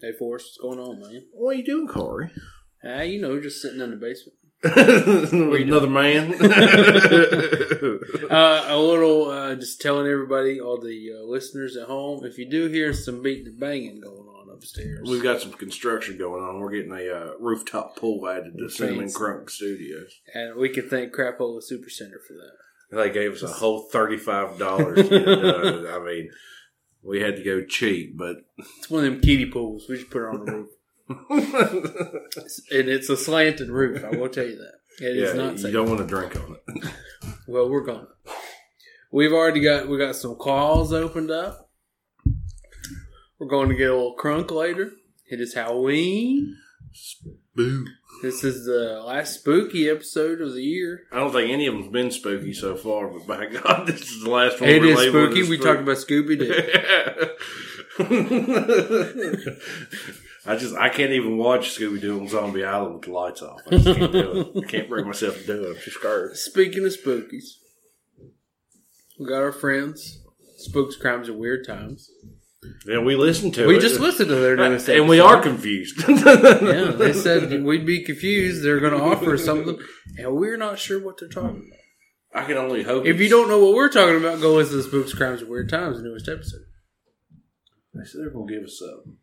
Hey, Forrest, what's going on, man? What are you doing, Corey? Ah, you know, just sitting in the basement. With another man. Uh, a little, uh, just telling everybody, all the uh, listeners at home, if you do hear some beating and banging going on upstairs, We've got some construction going on. We're getting a uh, rooftop pool added to Cinnamon Crunk Studios. and we can thank Crapola Supercenter for that. They gave us a whole thirty-five dollars. I mean, we had to go cheap, but It's one of them kiddie pools. We just put it on the roof, and it's a slanted roof. I will tell you that it is yeah, not you safe. don't want to drink on it. Well, we're gonna. We've already got we got some claws opened up. We're going to get a little crunk later. It is Halloween. Boo! This is the last spooky episode of the year. I don't think any of them's been spooky so far, but by God, this is the last one. it we're is labeling spooky. as We talked about Scooby Doo. I just I can't even watch Scooby Doo on Zombie Island with the lights off. I just can't do it. I can't bring myself to do it. I'm too scared. Speaking of spookies, we got our friends. Spooks, crimes, and weird times. Yeah, we listened to it. We just listened to their newest and we episode. are confused. Yeah, they said we'd be confused. They're going to offer us something, and we're not sure what they're talking about. I can only hope. If you it's- don't know what we're talking about, go listen to Spooks, Crimes, and Weird Times, the newest episode. they said they're gonna give us something.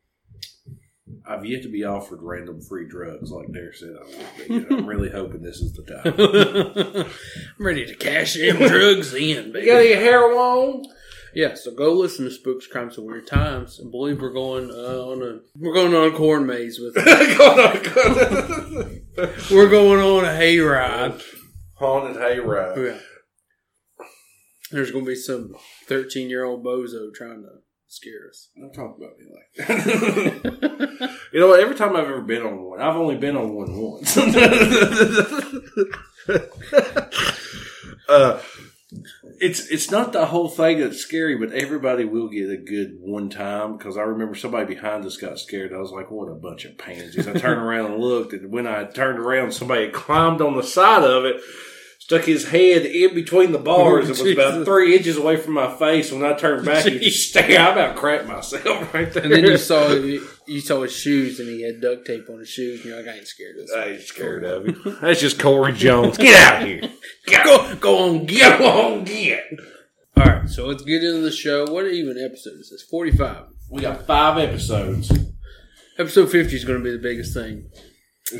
I've yet to be offered random free drugs, like Derek said. I would be. I'm really hoping this is the time. I'm ready to cash in drugs in, baby. your hair on? Yeah, so go listen to Spooks, Crimes, and Weird Times. I believe we're going uh, on a we're going on a corn maze with we're going on a hayride. Oh, Haunted hayride. Yeah. There's gonna be some thirteen year old bozo trying to scare us. Don't talk about me like that. you know what? Every time I've ever been on one, I've only been on one once. uh, it's it's not the whole thing that's scary, but everybody will get a good one time because I remember somebody behind us got scared. I was like, "What a bunch of pansies!" I turned around and looked, and when I turned around, somebody had climbed on the side of it. Stuck his head in between the bars. and was about Jesus. three inches away from my face. When I turned back, he just stared. I about crapped myself right there. And then you saw you saw his shoes and he had duct tape on his shoes and you're like, I ain't scared of this. I ain't scared of you. That's just Corey Jones. Get out of here. Go go on, get Go on, get. Alright, so let's get into the show. What even episode is this? Forty five. We got five episodes. Episode fifty is gonna be the biggest thing.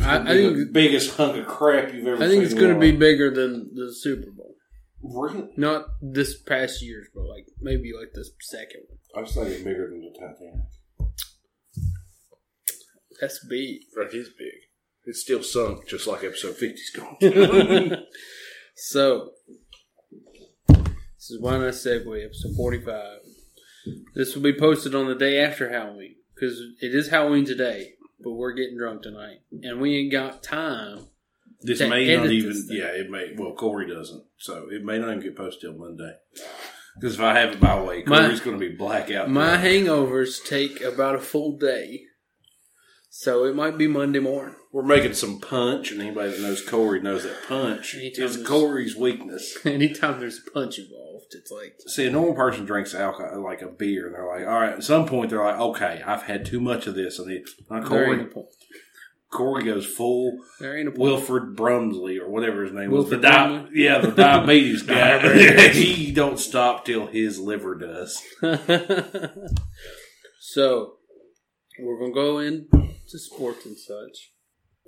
I, I Be the think biggest hunk of crap you've ever. I think seen it's gonna on. be bigger than the Super Bowl. Really? Not this past year's, but like maybe like the second one. I just think it's bigger than the Titanic. That's big. That is big. It's still sunk, just like episode 50's going. to. So, this is Why Not Segway, episode 45. This will be posted on the day after Halloween, because it is Halloween today, but we're getting drunk tonight. And we ain't got time. this To may not edit even. this thing. yeah, it may. Well, Corey doesn't, so it may not even get posted till Monday. Because if I have it my way, My- Corey's going to be blackout. My drunk. hangovers take about a full day. So, it might be Monday morning. We're making some punch, and anybody that knows Corey knows that punch Anytime is there's- Corey's weakness. Anytime there's a punch involved, it's like, See, a normal person drinks alcohol, like a beer, and they're like, all right, at some point, they're like, okay, I've had too much of this. And it, not there ain't a Corey, point. Corey goes full There ain't a point. Wilfred Brumsley or whatever his name Wilfred was. The di- Brumley? yeah, the diabetes guy. he don't stop till his liver does. so we're gonna go in to sports and such.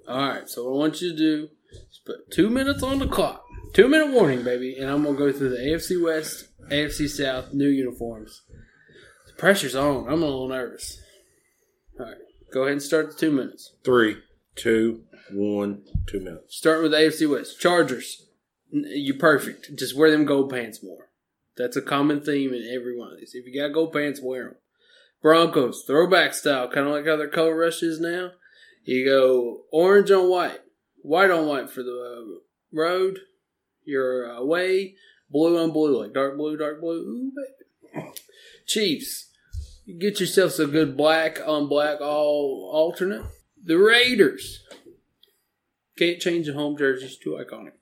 All right. So what I want you to do is put two minutes on the clock. Two minute warning, baby, and I'm gonna go through the AFC West, AFC South, new uniforms. The pressure's on. I'm a little nervous. All right. Go ahead and start the two minutes. Three, two, one, two minutes. Starting with the AFC West. Chargers. N- You're perfect. Just wear them gold pants more. That's a common theme in every one of these. If you got gold pants, wear them. Broncos, throwback style, kind of like how their color rush is now. You go orange on white, white on white for the uh, road. You're away, blue on blue, like dark blue, dark blue. Ooh, baby. Chiefs, you get yourself a good black on black all alternate. The Raiders, can't change the home jerseys too iconic.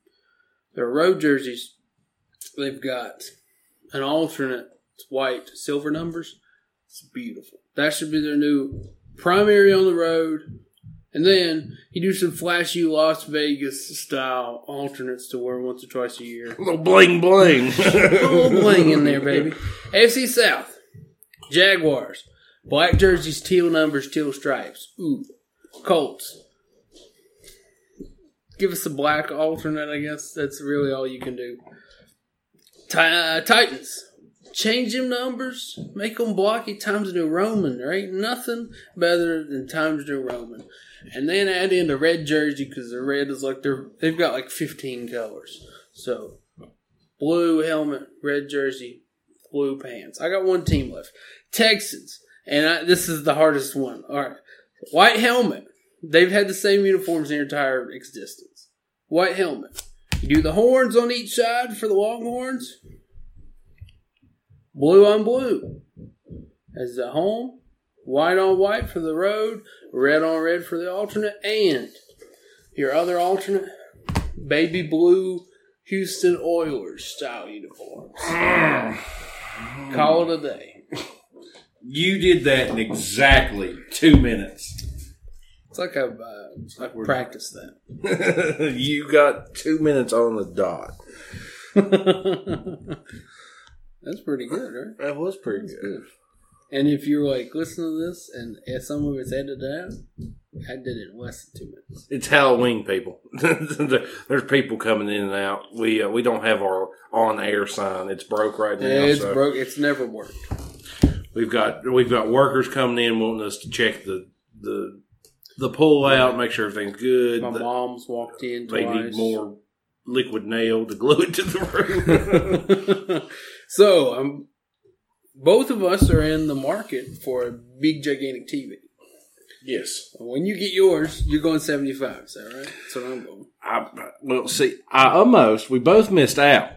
Their road jerseys, they've got an alternate white silver numbers. It's beautiful. That should be their new primary on the road, and then you do some flashy Las Vegas style alternates to wear once or twice a year. A little bling bling. Put a little bling in there, baby. AFC South, Jaguars, black jerseys, teal numbers, teal stripes. Ooh, Colts. Give us a black alternate, I guess. That's really all you can do. Ti- uh, Titans. Change them numbers, make them blocky. Times New Roman. There ain't nothing better than Times New Roman. And then add in the red jersey because the red is like they're they've got like fifteen colors. So blue helmet, red jersey, blue pants. I got one team left. Texans, and I, this is the hardest one. All right, white helmet. They've had the same uniforms their entire existence. White helmet. You do the horns on each side for the Longhorns. Blue on blue as the home. White on white for the road. Red on red for the alternate. And your other alternate, baby blue Houston Oilers style uniforms. Call it a day. you did that in exactly two minutes. It's like I've uh, I practiced that. you got two minutes on the dot. That's pretty good, right? That was pretty good. And if you're like, listen to this, and if some of it's edited out, I did it in less than two minutes. It's Halloween, people. There- There's people coming in and out. We uh, we don't have our on air sign. It's broke right now. it's so broke. It's never worked. We've got we've got workers coming in wanting us to check the the the pull out, make sure everything's good. My The- mom's walked in they twice. need more liquid nail to glue it to the roof. so um, both of us are in the market for a big gigantic TV. yes. When you get yours, you're going 75. Is that right? That's what I'm going. I, well, see, I almost we both missed out.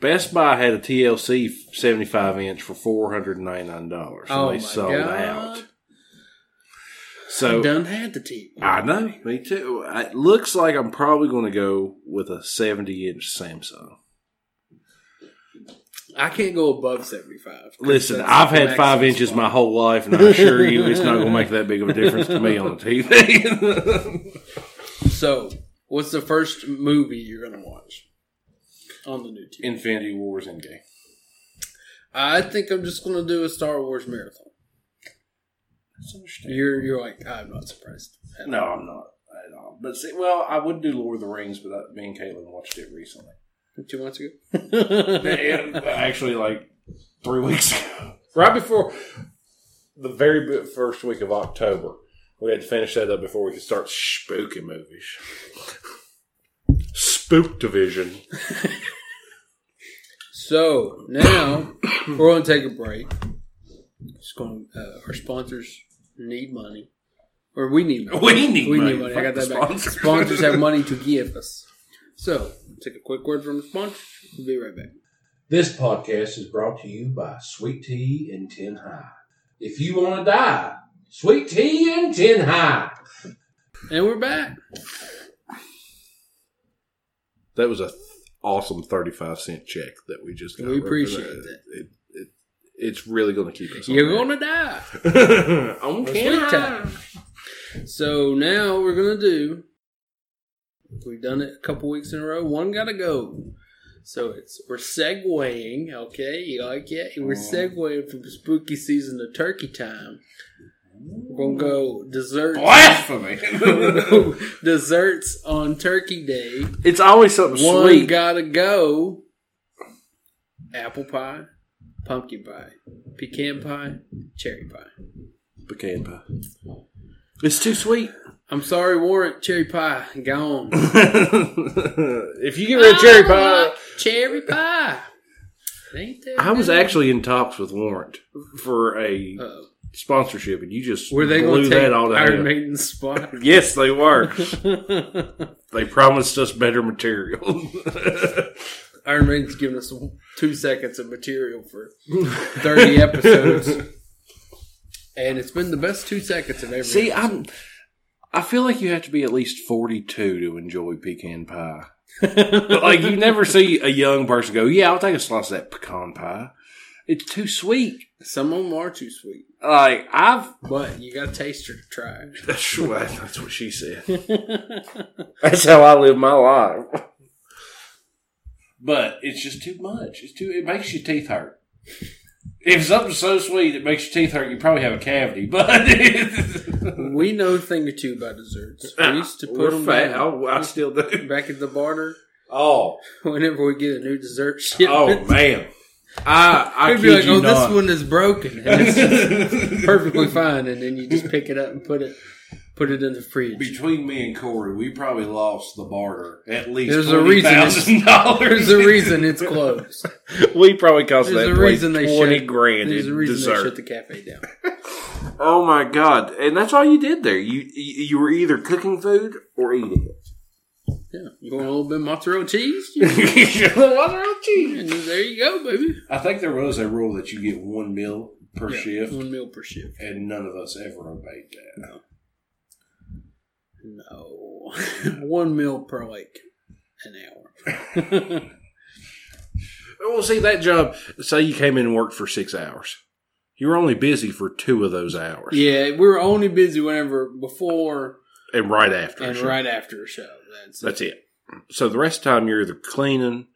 Best Buy had a TLC 75 inch for $499. Oh, and they my sold God. out. So Done had the TV. I know, me too. It looks like I'm probably going to go with a 70 inch Samsung. I can't go above 75. Listen, That's I've the had five maximum inches spot. my whole life, and I assure you it's not going to make that big of a difference to me on the TV. So, what's the first movie you're going to watch on the new TV? Infinity War's Endgame. I think I'm just going to do a Star Wars marathon. That's understandable. You're you're like, I'm not surprised. at all. No, I'm not at all. But see, well, I would do Lord of the Rings, but I, me and Caitlin watched it recently. Two months ago? And actually, like three weeks ago, right before the very bi- first week of October, we had to finish that up before we could start spooky movies. Spook division. so, now we're going to take a break. Just going, uh, our sponsors need money. Or we need money. We need We money. need money. I Fuck got that the back. sponsors. Sponsors have money to give us. So, take a quick word from the sponsors. We'll be right back. This podcast is brought to you by Sweet Tea and Tin High. If you want to die, Sweet Tea and Tin High. And we're back. That was a th- awesome thirty-five cent check that we just got. We appreciate It, that. it, it, it's really going to keep us. You're going to die. to on Or camera. sweet time. So now we're gonna do. We've done it a couple weeks in a row. One gotta go. So it's we're segueing, okay? You like it? We're segueing from spooky season to turkey time. We're gonna go desserts. We're gonna Blasphemy. go desserts on Turkey Day. it's always something One sweet. gotta go. Apple pie, pumpkin pie, pecan pie, cherry pie. Pecan pie. It's too sweet. I'm sorry, Warwick. Cherry pie gone. if you get rid of cherry pie, Cherry pie. Ain't that I was good? actually in talks with Warrant for a Uh-oh. sponsorship, and you just Were they going to blew take that all down. Iron Maiden's spot? Yes, they were. they promised us better material. Iron Maiden's giving us two seconds of material for 30 episodes. And it's been the best two seconds of every. See, I'm. I feel like you have to be at least 42 to enjoy pecan pie. like you never see a young person go, "Yeah, I'll take a slice of that pecan pie." It's too sweet. Some of them are too sweet, Like I've but you got a taster to try. that's what, that's what she said. it. That's how I live my life. But it's just too much. It's too. It makes your teeth hurt. If something's so sweet it makes your teeth hurt, you probably have a cavity. But we know a thing or two about desserts. We used to put We're them fat. back, Oh, I still do. back at the barter Oh, whenever we get a new dessert oh shipment. man. I I We'd kid be like, you "Oh, not. this one is broken." And it's perfectly fine, and then you just pick it up and put it put it in the fridge. Between me and Corey, we probably lost the barter at least. There's There's a reason it's- dollars. There's a reason it's closed. we probably cost There's that a place reason they twenty shut- grand There's a in reason they dessert. shut the cafe down. Oh my god! And that's all you did there. You you you were either cooking food or eating Yeah, you want a little bit of mozzarella cheese? it. Mozzarella cheese. And there you go, baby. I think there was a rule that you get one meal per Yeah, shift, one meal per shift. and none of us ever obeyed that. No, one meal per like an hour. Well, see that job. Say you came in and worked for six hours. You were only busy for two of those hours, yeah, we were only busy whenever before and right after. and sure. right after a show. That's, That's it. So the rest of the time, you're either cleaning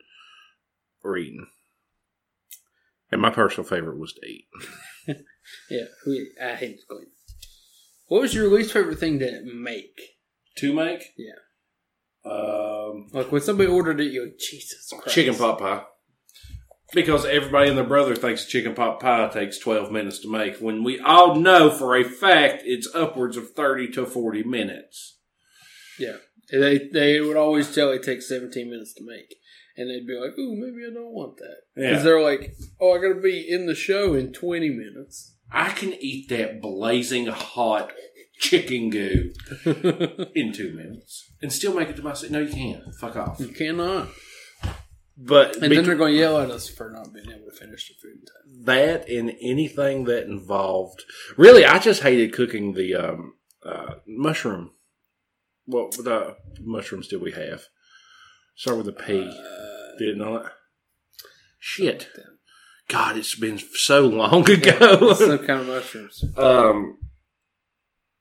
or eating. And my personal favorite was to eat. yeah. We, I hate to clean. What was your least favorite thing to make? To make? Yeah. Um, Like when somebody ordered it, you're like, Jesus Christ. chicken pot pie. Because everybody and their brother thinks chicken pot pie takes 12 minutes to make, when we all know for a fact it's upwards of 30 to 40 minutes. And They they would always tell it takes 17 minutes to make, and they'd be like, "Ooh, maybe I don't want that," because Yeah. they're like, "Oh, I gotta be in the show in 20 minutes." I can eat that blazing hot chicken goo in two minutes and still make it to my seat. No, you can't. Fuck off. you cannot, But and then they're gonna yell at us for not being able to finish the food in time. that and anything that involved really i just hated cooking the um, uh, mushroom what the mushrooms did we have start with a p Uh, did it not shit Yeah. god it's been so long ago some kind of mushrooms. um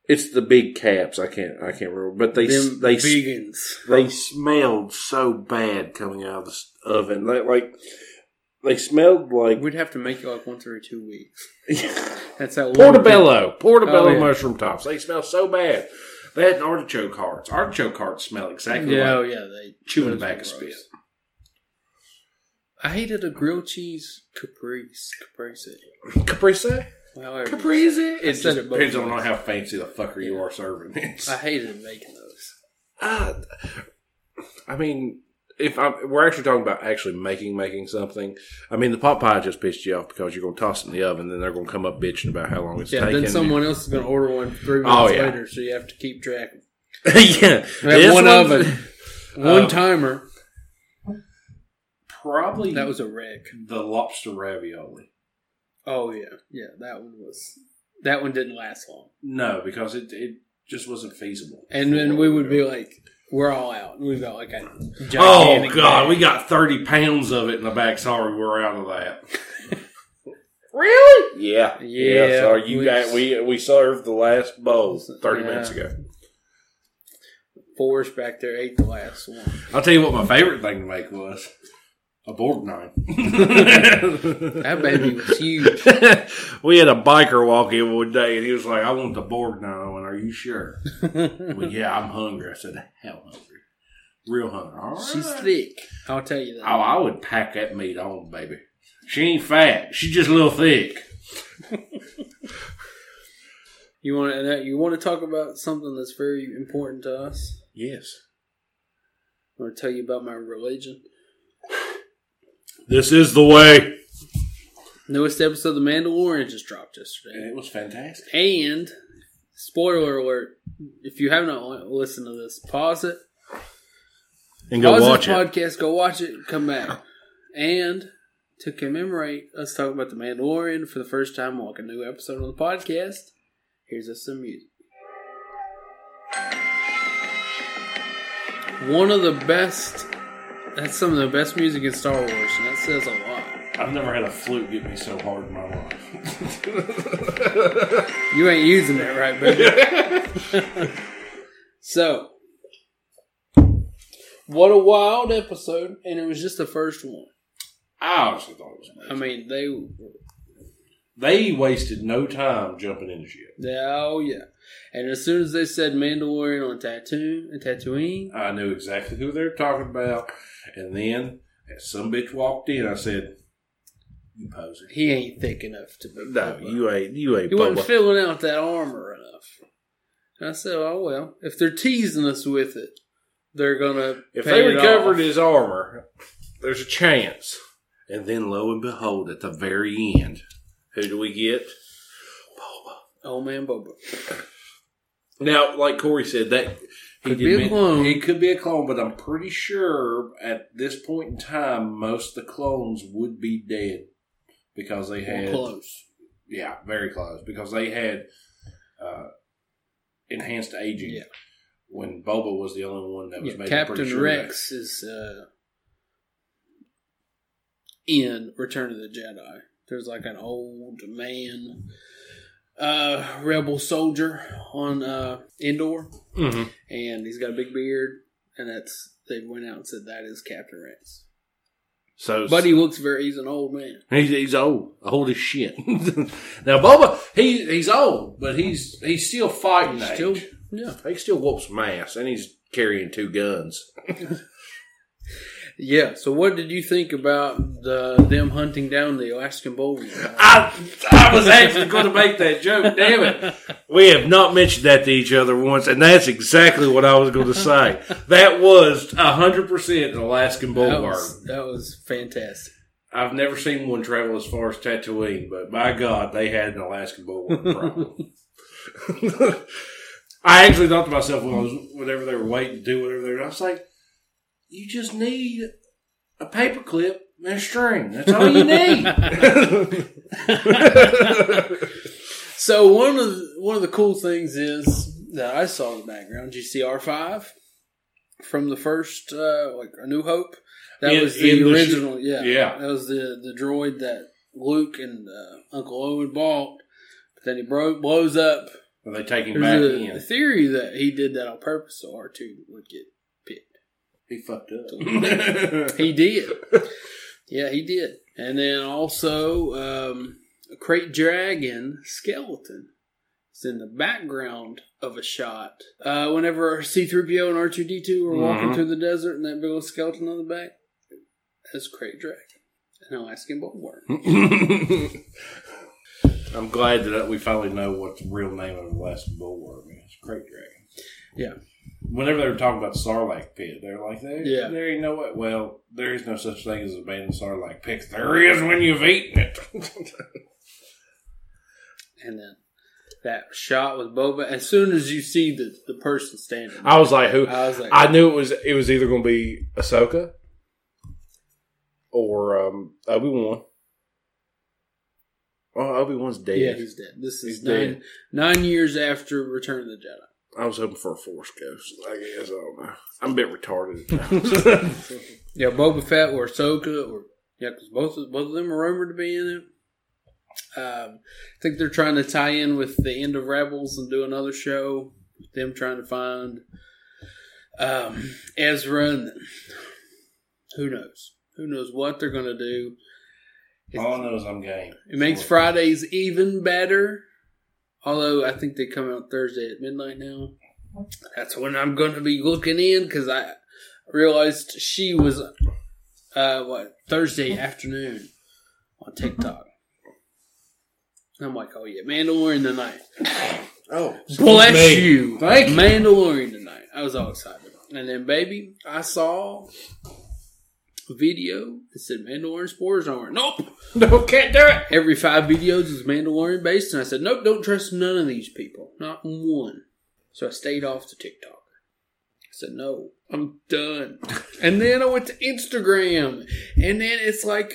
it's the big caps i can't i can't remember but they Them they vegans. they smelled so bad coming out of the s- oven They- like they smelled like We'd have to make it like once every two weeks. That's how Portobello, portobello Oh, yeah. mushroom tops. They smell so bad. They had artichoke hearts. Artichoke hearts smell exactly Yeah, oh, like yeah. They chewing a those bag were of spit. gross. I hated a grilled cheese caprese. Caprese. Caprese, However, caprese. It said just it both depends on ways. how fancy the fucker you are serving it. I hated making those. I, Ah, I mean, if I'm, we're actually talking about actually making making something, I mean the pot pie just pissed you off because you're going to toss it in the oven, then they're going to come up bitching about how long it's Yeah, taking. then someone else is going to order one three minutes Oh, yeah. later, so you have to keep track. yeah, We have This one one's- oven, one Um, timer. Probably That was a wreck. the lobster ravioli. Oh yeah, yeah. That one was. That one didn't last long. No, because it it just wasn't feasible. And then we would be like, "We're all out." We've got like a "Oh gigantic God, bag. we got thirty pounds of it in the back. Sorry, we're out of that." really? Yeah, Yeah, sorry, we- we we served the last bowl Yeah. ago. Forrest back there ate the last one. I'll tell you what my favorite thing to make was a Borgnine. That baby was huge. we had a biker walk in one day, and he was like, "I want the Borgnine." I went, "Are you sure?" well, yeah, I'm hungry. I said, "Hell hungry, real hungry." All right. She's thick. I'll tell you Oh, that. I would pack that meat on, baby. She ain't fat. She just a little thick. You want to you want to talk about something that's very important to us? Yes. I want to tell you about my religion. This is the way. Newest episode of The Mandalorian just dropped yesterday. it was fantastic. And spoiler alert: if you have not listened to this, pause it. And go pause watch this it. podcast. Go watch it. Come back. And to commemorate us talking about the Mandalorian for the first time, like a new episode on the podcast. Here's us some music. One of the best. That's some of the best music in Star Wars, and that says a lot. I've never had a flute get me so hard in my life. You ain't using it right, baby. so, what a wild episode, and it was just the first one. I honestly thought it was amazing. I mean, they, they wasted no time jumping into shit. they oh yeah, and as soon as they said Mandalorian on tattoo and tattooing, I knew exactly who they were talking about. And then, as some bitch walked in, I said, You poser. he ain't thick enough to be. No, you ain't. You ain't. He wasn't Boba. filling out that armor enough. And I said, oh well, if they're teasing us with it, they're gonna. If pay they it recovered off. his armor, there's a chance. And then, lo and behold, at the very end, who do we get? oh man, Boba. Now, like Corey said, that he Could did be a men- clone. He could be a clone, but I'm pretty sure at this point in time, most of the clones would be dead because they We're had close. yeah, very close because they had uh, enhanced aging. Yeah. When Boba was the only one that was Yeah, made I'm Captain pretty sure Rex is uh, in Return of the Jedi. There's like an old man, uh, rebel soldier on uh, Endor, that- Mhm. and he's got a big beard, and that's they went out and said that is Captain Rex. So But he looks very he's an old man. He's, he's old, old as shit. now Boba, he he's old, but he's he's still fighting age. Still, yeah, he still whoops some ass, and he's carrying two guns. yeah. So what did you think about the them hunting down the Alaskan Bowl? I I was actually going to make that joke. Damn it, we have not mentioned that to each other once, and that's exactly what I was going to say. That was hundred percent an Alaskan That Boulevard. was, that was fantastic. I've never seen one travel as far as Tatooine, but by God, they had an Alaskan bullworm problem. I actually thought to myself when I was, whenever they were waiting to do whatever they were, I was like, "You just need a paperclip and a string. That's all you need." So one of the, one of the cool things is that I saw in the background GCR five from the first uh, like A New Hope. That In- was the in the sh- original, yeah, Yeah. That was the the droid that Luke and uh, Uncle Owen bought. But then he bro- blows up. Are they taking him back There's a, a in? theory that he did that on purpose so R two would get picked. He fucked up. He did, yeah, he did. And then also um, a crate dragon skeleton. It's in the background of a shot. Uh, whenever C3PO and R2D2 were walking Mhm. Mm-hmm. through the desert and that big old skeleton on the back, that's Crate Dragon. And Alaskan Bulwark. I'm glad that we finally know what the real name of the last bullworm is. Great dragon. Yeah. Whenever they were talking about the Sarlacc pit, they were like, there, Yeah. there ain't no way. Well, there is no such thing as a abandoned Sarlacc pit. There is when you've eaten it. And then that shot with Boba. As soon as you see the, the person standing, I was like, who? I was like, I knew it was it was either going to be Ahsoka or um, Obi Wan. Oh, Obi Wan's dead. yeah, he's dead. This is He's nine, dead. nine years after Return of the Jedi. I was hoping for a Force Ghost. I guess I don't know. I'm a bit retarded. at times. Yeah, Boba Fett or Ahsoka or yeah, because both of, both of them are rumored to be in it. Um, I think they're trying to tie in with the end of Rebels and do another show. Them trying to find um, Ezra and who knows, who knows what they're gonna do. It, All I know is I'm game. it makes Fridays even better. Although I think they come out Thursday at midnight now. That's when I'm going to be looking in because I realized she was uh, what Thursday afternoon on TikTok. I'm like, oh yeah, Mandalorian tonight. oh, Bless you, Thank you. Mandalorian tonight. I was all excited, and then baby, I saw a video that said Mandalorian spoilers aren't. Nope, no, can't do it. every five videos is Mandalorian based, and I said, nope, don't trust none of these people, not one. So I stayed off the TikTok. I said, no, I'm done. and then I went to Instagram, and then it's like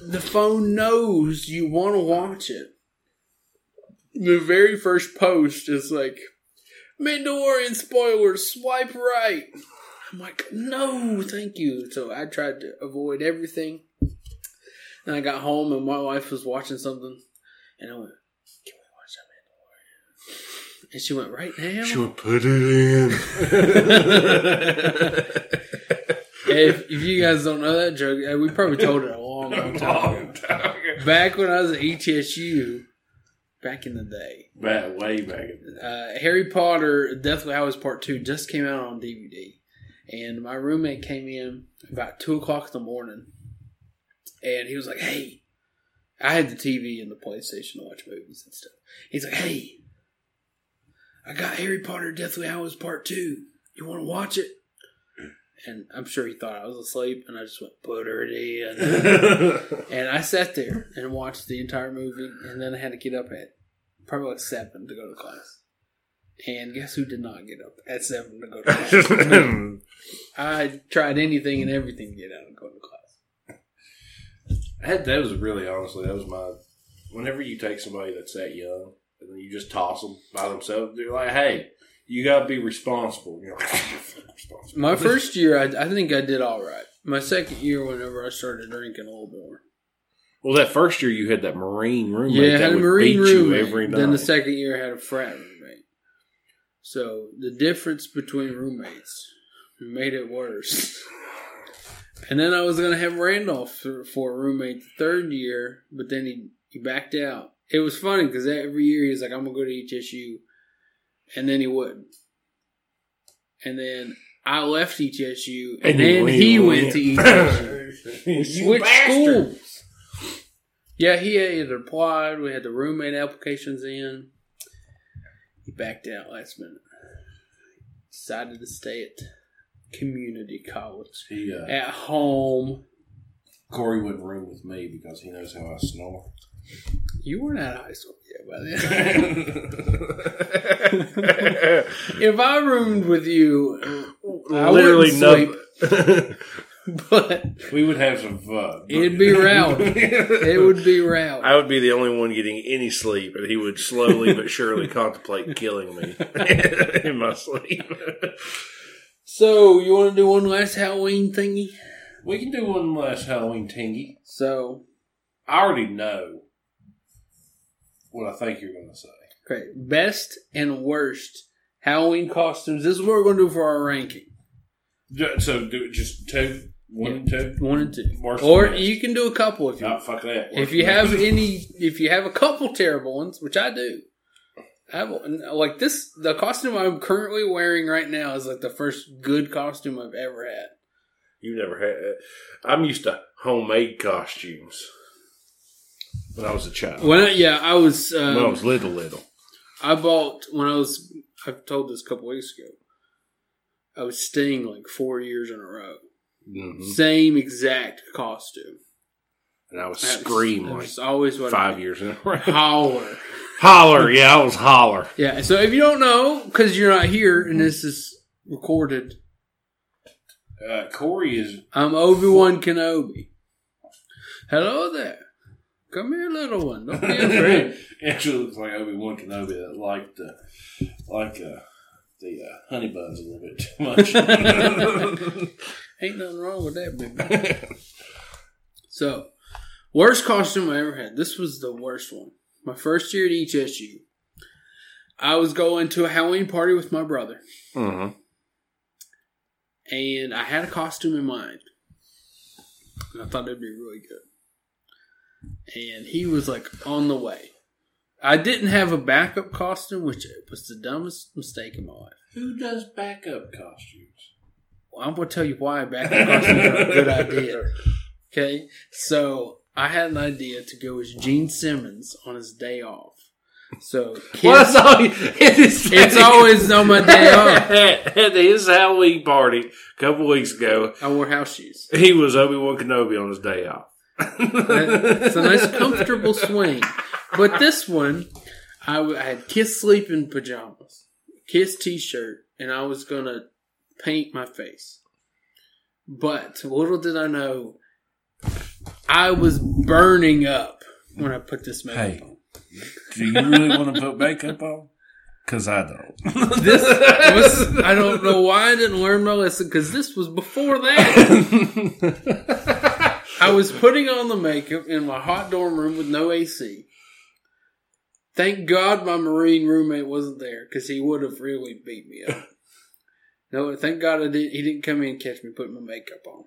the phone knows you want to watch it. The very first post is like, Mandalorian spoilers, swipe right. I'm like, no, thank you. So I tried to avoid everything. And I got home and my wife was watching something, and I went, "Can we watch that Mandalorian?" And she went, "Right now." She would put it in. if, if you guys don't know that joke, eh, we probably told it a long, long time ago. Long time ago. Back when I was at E ETSU, back in the day, Back way back. in the day. uh, Harry Potter: Deathly Hallows Part Two just came out on DVD, and my roommate came in about two o'clock in the morning, and he was like, "Hey," I had the TV and the PlayStation to watch movies and stuff. He's like, "Hey, I got Harry Potter: Deathly Hallows Part Two. You want to watch it?" And I'm sure he thought I was asleep, and I just went, "Put her in." And I sat there and watched the entire movie, and then I had to get up at probably like seven to go to class. And guess who did not get up at seven to go to class? I tried anything and everything to get out and go to class. That, that was really honestly that was my. Whenever you take somebody that's that young and then you just toss them by themselves, they're like, "Hey, you gotta be responsible." You're like, responsible. My first year, I, I think I did all right. My second year, whenever I started drinking a little more, Well, that first year you had that Marine roommate. yeah, I that had a would marine beat you roommate. every night. Then the second year, I had a frat roommate. So the difference between roommates made it worse. And then I was gonna have Randolph for, for a roommate the third year, but then he, he backed out. It was funny because every year he's like, "I'm gonna go to ETSU," and then he wouldn't. And then I left ETSU, and, then he went to ETSU. Switch schools. Yeah, he had applied. We had the roommate applications in. He backed out last minute. Decided to stay at community college He, uh, at home. Corey wouldn't room with me because he knows how I snore. You weren't out of high school yet by then. Literally if I roomed with you, wouldn't no. but We would have some fun. it'd be rowdy. It would be rowdy. I would be the only one getting any sleep, and he would slowly but surely contemplate killing me in my sleep. So you want to do one last Halloween thingy? we can do one last Halloween tingy. So I already know what I think you're going to say. Okay, best and worst Halloween costumes. This is what we're going to do for our ranking. Ju- So do it just two, one and two. One and two, Worst or and best. you can do a couple if you. Not fuck that. if you have any, if you have a couple terrible ones, which I do, I have like this. The costume I'm currently wearing right now is like the first good costume I've ever had. You never had. uh, I'm used to homemade costumes when I was a child. When I, yeah, I was. Um, when I was little, little. I bought when I was. I've told this a couple weeks ago. I was Sting like four years in a row. Mm-hmm. hmm Same exact costume. And I would That's- scream like that's always what five I years in a row. holler. Holler. Yeah, I was holler. Yeah. So if you don't know, because you're not here and this is recorded, uh, Corey is I'm Obi Wan Kenobi. Hello there. Come here, little one. Don't be afraid. actually looks like Obi Wan Kenobi that liked uh, like uh, the uh, honey buns a little bit too much. Ain't nothing wrong with that, baby. so, worst costume I ever had. This was the worst one. My first year at E HSU, I was going to a Halloween party with my brother. Mm-hmm. and I had a costume in mind. And I thought it'd be really good. And he was like on the way. I didn't have a backup costume, which was the dumbest mistake in my life. Who does backup costumes? Well, I'm going to tell you why backup costumes are a good idea. Okay, so I had an idea to go as Gene Simmons on his day off. So Well, kids, that's all. It is. it's always on my day off. at, at his Halloween party a couple weeks ago, I wore house shoes. he was Obi Wan Kenobi on his day off. it's a nice comfortable swing. But this one, I, w- I had Kiss sleeping pajamas, Kiss t-shirt, and I was gonna paint my face. But little did I know, I was burning up when I put this makeup Hey. on. Do you really want to put makeup on? Because I don't. It was- I don't know why I didn't learn my lesson because this was before that. I was putting on the makeup in my hot dorm room with no AC. Thank God my Marine roommate wasn't there because he would have really beat me up. No, thank God I didn't, he didn't come in and catch me putting my makeup on.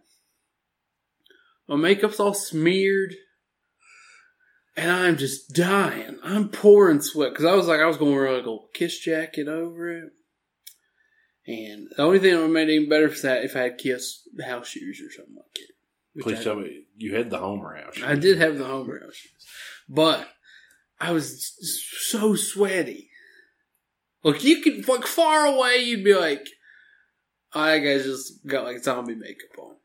My makeup's all smeared, and I'm just dying. I'm pouring sweat because I was like, I was going to wear like a kiss jacket over it. And the only thing that would have made it even better for that if I had kiss house shoes or something like it. which I Please tell me you had the Homer house. I did have the homebrew shoes, but I was so sweaty. Like you could like far away, you'd be like, "Oh, that guy's just got like zombie makeup on."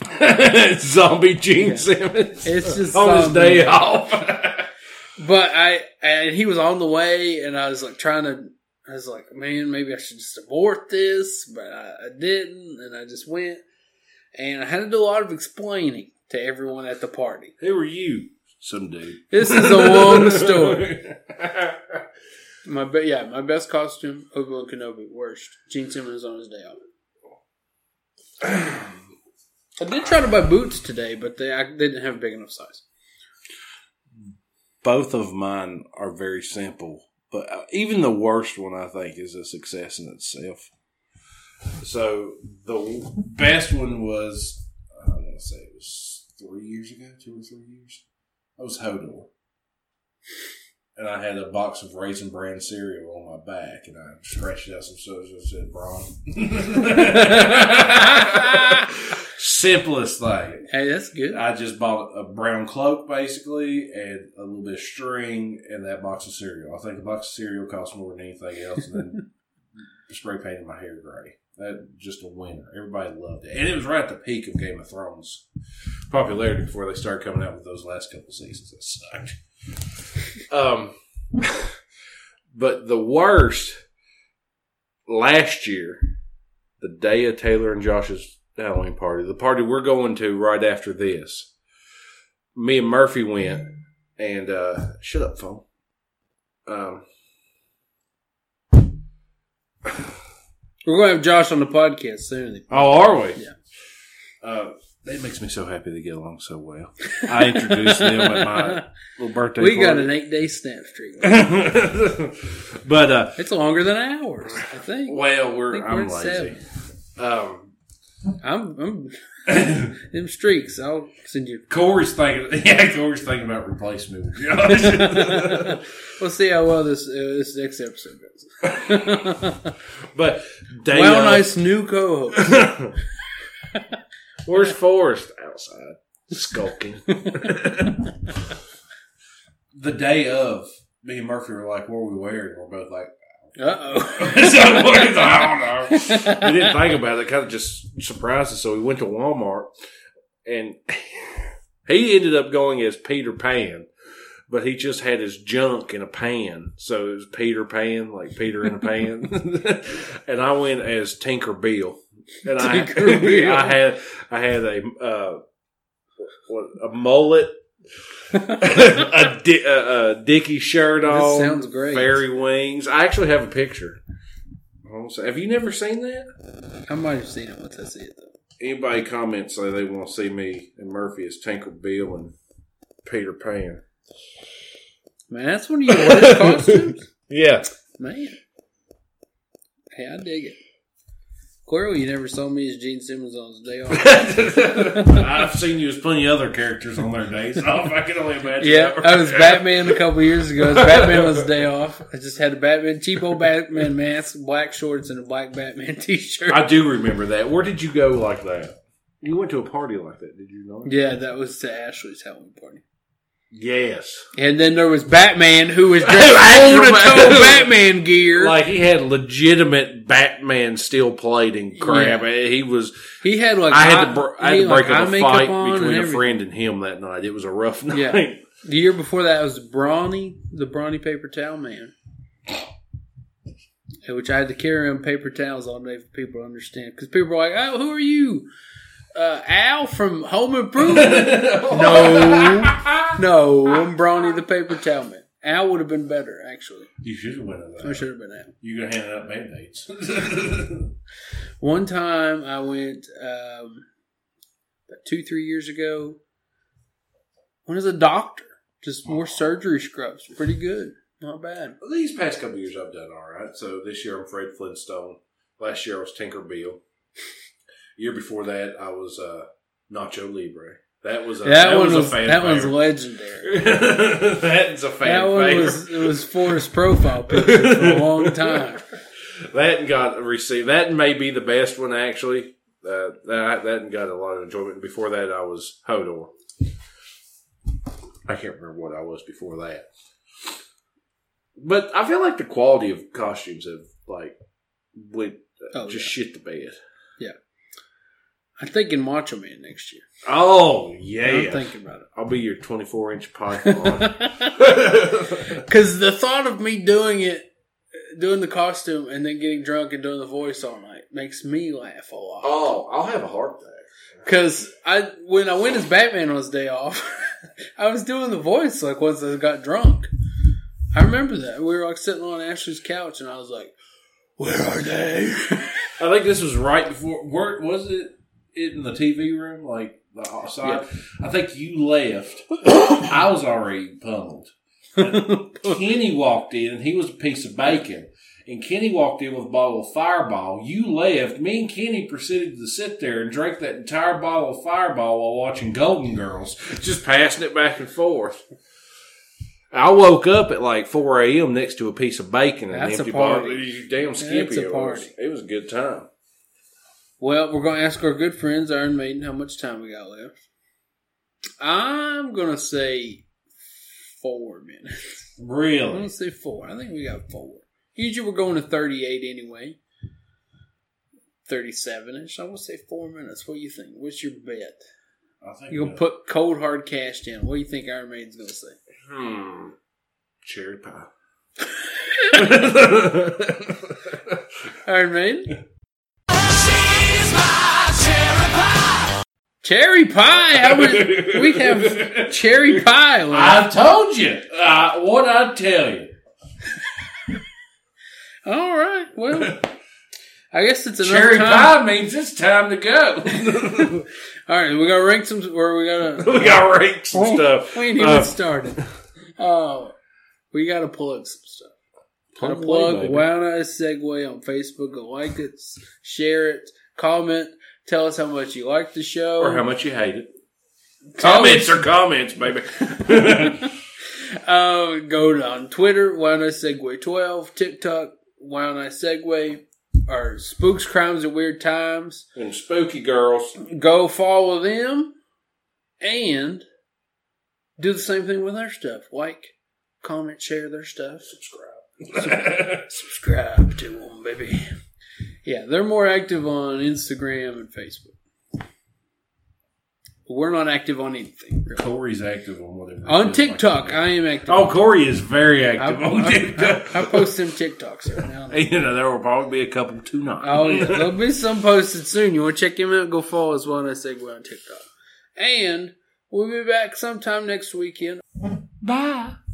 Zombie Gene Yeah. Simmons It's just on his zombie. day off. But I and he was on the way, and I was like trying to. I was like, man, maybe I should just abort this, but I, I didn't, and I just went. And I had to do a lot of explaining to everyone at the party. Who are you? Some dude. This is a long story. My be- yeah, my best costume, Obi Wan Kenobi. Worst, Gene Simmons on his day off. I did try to buy boots today, but they I, they didn't have a big enough size. Both of mine are very simple, but uh, even the worst one I think is a success in itself. So the best one was I want to say it was three years ago, two or three years. I was Hodor, and I had a box of Raisin Bran cereal on my back, and I scratched out some sodas and said Bron. Simplest thing. Hey, that's good. I just bought a brown cloak basically and a little bit of string and that box of cereal. I think a box of cereal costs more than anything else. And then spray painted my hair gray. That just a winner. Everybody loved it, and it was right at the peak of Game of Thrones popularity before they started coming out with those last couple seasons. That sucked. Um, but the worst last year, the day of Taylor and Josh's Halloween party, the party we're going to right after this, me and Murphy went and uh, shut up, phone. Um, We're gonna have Josh on the podcast soon. oh, are we? Yeah. Uh, that makes me so happy they get along so well. I introduced them at my little birthday. we got party. an eight day snap streak. but uh, It's longer than ours, I think. well, I we're think I'm we're at lazy. seven. Um, I'm, I'm them streaks. I'll send you. Corey's thinking, yeah, Corey's thinking about replacement with Josh. We'll see how well this uh, this next episode goes. but Dana, wow, nice new co-host. where's Forrest outside skulking? The day of, me and Murphy were like, "What are we wearing?" We're both like, Uh So, I don't know. oh. we didn't think about it. Kind of just surprised us. So we went to Walmart, and he ended up going as Peter Pan, but he just had his junk in a pan. So it was Peter Pan, like Peter in a pan. and I went as Tinker Bill, and I, Tinker Bell. I had I had a uh, what, a mullet. a, di- a, a dicky shirt This on. sounds great. Fairy wings. I actually have a picture. Oh, so- Have you never seen that? I might have seen it once I see it though. anybody comments say they want to see me and Murphy as Tinker Bill and Peter Pan. Man, that's one of your worst costumes. Yeah. Man. Hey, I dig it. Clearly you never saw me as Gene Simmons on his day off. I've seen you as plenty of other characters on their days off. I can only imagine. yeah, that. I was Batman a couple years ago. As Batman was day off. I just had a Batman cheap old Batman mask, black shorts, and a black Batman t shirt. I do remember that. Where did you go like that? You went to a party like that, did you not? Yeah, that was to Ashley's Halloween party. Yes. And then there was Batman who was dressed Who full to actually- toe Batman gear. Like he had legitimate Batman steel plating crap. He was. he had like I had eye- to. Br- I he had to break like eye up a makeup fight on and between a everything. friend and him that night. It was a rough night. Yeah. The year before that was Brawny, the Brawny paper towel man, Uh, which I had to carry on paper towels all day for people to understand because people were like, "Oh, who are you?" Uh, Al from Home Improvement. no, no, I'm Brawny the paper towel man. Al would have been better actually. "You should have went with I that. should have been Al. You're gonna hand out band aids." One time I went um, about two, three years ago. When is a doctor? Just more surgery scrubs. Pretty good. Not bad. These past couple years I've done all right. So this year I'm Fred Flintstone. Last year I was Tinker Bill. Year before that I was uh, Nacho Libre. That was a, that, one was was a fan that one's favorite. legendary. That's a fan That one favorite. was it was Forrest's profile picture for a long time. That and got received. That may be the best one actually. Uh, that that and got a lot of enjoyment. Before that, I was Hodor. I can't remember what I was before that. But I feel like the quality of costumes have like went uh, Oh, just shit the bed. I'm thinking Macho Man next year. Oh I'm yeah, thinking about I'll be your twenty four inch python. Oh, it. Because the thought of me doing it, doing the costume, and then getting drunk and doing the voice all night makes me laugh a lot. oh, I'll have a heart attack. Because I, when I went as Batman on his day off, I was doing the voice like once I got drunk. I remember that we were like sitting on Ashley's couch, and I was like, "Where are they?" I think this was right before. Where, was it? It in the TV room, like the outside. I think you left. I was already pummeled. Kenny walked in, and he was a piece of bacon. And Kenny walked in with a bottle of Fireball. You left. Me and Kenny proceeded to sit there and drink that entire bottle of Fireball while watching Golden Girls, just passing it back and forth. I woke up at like 4 a.m. next to a piece of bacon and That's a empty bottle. party. You damn skippy. That's a it was. party. It was a good time. Well, we're going to ask our good friends, Iron Maiden, how much time we got left. I'm going to say four minutes. I'm Really? going to say four. I think we got four. Usually we're going to 38 anyway. 37 ish. I will say four minutes. What do you think? What's your bet? I think You're going to put cold hard cash down. What do you think Iron Maiden's going to say? hmm, cherry pie. Iron Maiden? Cherry pie. How would, we have cherry pie. left. I told you uh, what I tell you. All right. Well, I guess it's another Cherry time. pie means it's time to go. All right, we gotta rank some. Where we gotta? we got rakes and stuff. We ain't even Uh, started. Oh, we gotta plug some stuff. Gotta Plug away, plug baby. Wow Nice Segway on Facebook. Go like it, s- share it, comment. Tell us how much you like the show. Or how much you hate it. Comments are comments, baby. Uh, go to on Twitter, Why Not Segway 12, TikTok, Why Not Segway, or Spooks, Crimes, and Weird Times. and spooky girls. go follow them and do the same thing with their stuff. Like, comment, share their stuff, Subscribe. subscribe to them, baby. Yeah, they're more active on Instagram and Facebook. We're not active on anything. Really. Corey's active on whatever. On TikTok, I am active. Oh, Corey is very I, active on TikTok. I, I post them TikToks every now and then. you know, there will probably be a couple tonight. Oh, yeah. There'll be some posted soon. You want to check him out? Go follow us on Segway on TikTok. And we'll be back sometime next weekend. Bye.